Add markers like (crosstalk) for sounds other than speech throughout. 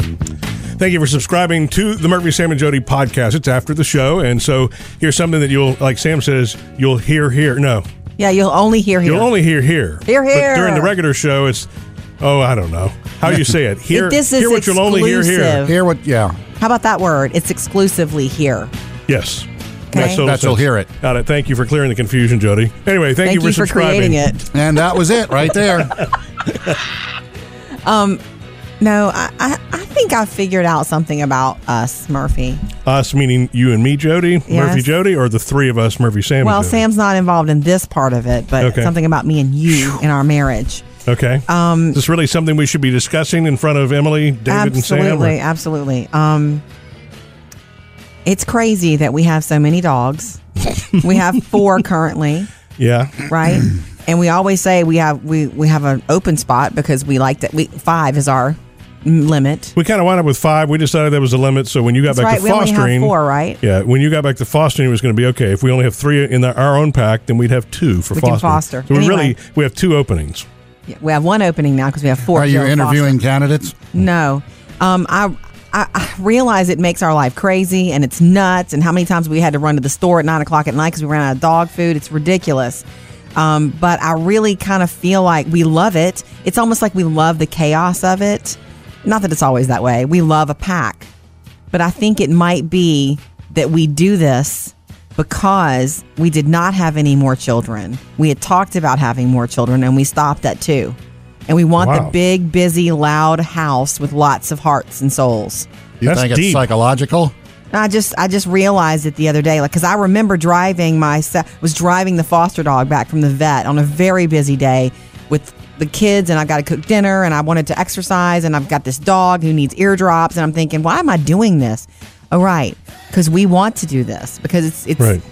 Thank you for subscribing to the Murphy, Sam, and Jody podcast. It's after the show. And so here's something that you'll, like Sam says, you'll hear here. No, Yeah, you'll only hear here. you'll only hear here. Hear, hear. But during the regular show, it's, oh, I don't know. How you (laughs) say it? Here, this is hear what you'll only hear here. exclusive. Hear what? Yeah. How about that word? It's exclusively here. Yes. Okay. Makes total That's you'll sense. hear it. Got it. Thank you for clearing the confusion, Jody. Anyway, thank, Thank you for subscribing. creating it. And that was it right there. No, I, I, I think I figured out something about us, Murphy. Us meaning you and me, Jody, Murphy, Yes. Jody, or the three of us, Murphy, Sam. and Well, Jody? Sam's not involved in this part of it, but Okay. something about me and you in our marriage. Okay. Um, is this really something we should be discussing in front of Emily, David, and absolutely, Sam? absolutely. Um, it's crazy that we have so (laughs) many dogs. we have four currently, Or- yeah. (clears throat) right? and we always say we have we we have an open spot because we like that. We five is our mm, limit. We kind of wound up with five. We decided that was the limit. So when you got back That's right. to We only fostering, have four, right? yeah, when you got back to fostering, it was going to be okay. If we only have three in the, our own pack, then we'd have two for We fostering. can foster. So we Anyway. really we have two openings. Yeah, We have one opening now because we have four. Are you here in Boston. interviewing candidates? No. Um, I, I I realize it makes our life crazy and it's nuts. And how many times we had to run to the store at nine o'clock at night because we ran out of dog food. It's ridiculous. Um, but I really kind of feel like we love it. It's almost like we love the chaos of it. Not that it's always that way. We love a pack, but I think it might be that we do this because we did not have any more children. We had talked about having more children and we stopped at two. And we want Wow. the big, busy, loud house with lots of hearts and souls. You That's think it's deep. psychological? And I just I just realized it the other day, like because I remember driving my se- was driving the foster dog back from the vet on a very busy day with the kids, and I got to cook dinner, and I wanted to exercise, and I've got this dog who needs eardrops, and I'm thinking, why am I doing this? Oh, right, because we want to do this because it's it's Right.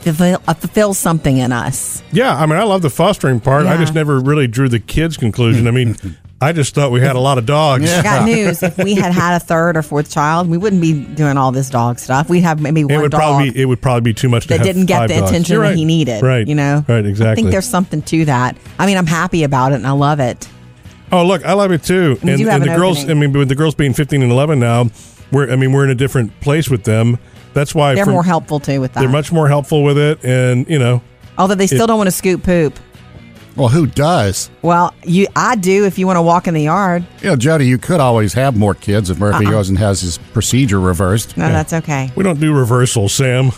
fulfill, uh, fulfills something in us. Yeah, I mean, I love the fostering part. I Yeah. just never really drew the kids conclusion. I (laughs) mean, I just thought we had a lot of dogs. I (laughs) got news: if we had had a third or fourth child, we wouldn't be doing all this dog stuff. We'd have maybe It one would dog. probably be, it would probably be too much to that have didn't get five the dogs. attention You're that right. he needed. Right. You know. Right. Exactly. I think there's something to that. I mean, I'm happy about it and I love it. Oh, look, I love it too. We and do have and the an girls, opening. I mean, with the girls being 15 and 11 now, we're I mean, we're in a different place with them. That's why They're for- more helpful too with that. They're much more helpful with it, and you know, Although they still it- don't want to scoop poop. Well, who does? Well, you, I do. If you want to walk in the yard, You know, Jody, you could always have more kids if Murphy goes and has his procedure reversed. no, that's okay. we don't do reversals, Sam.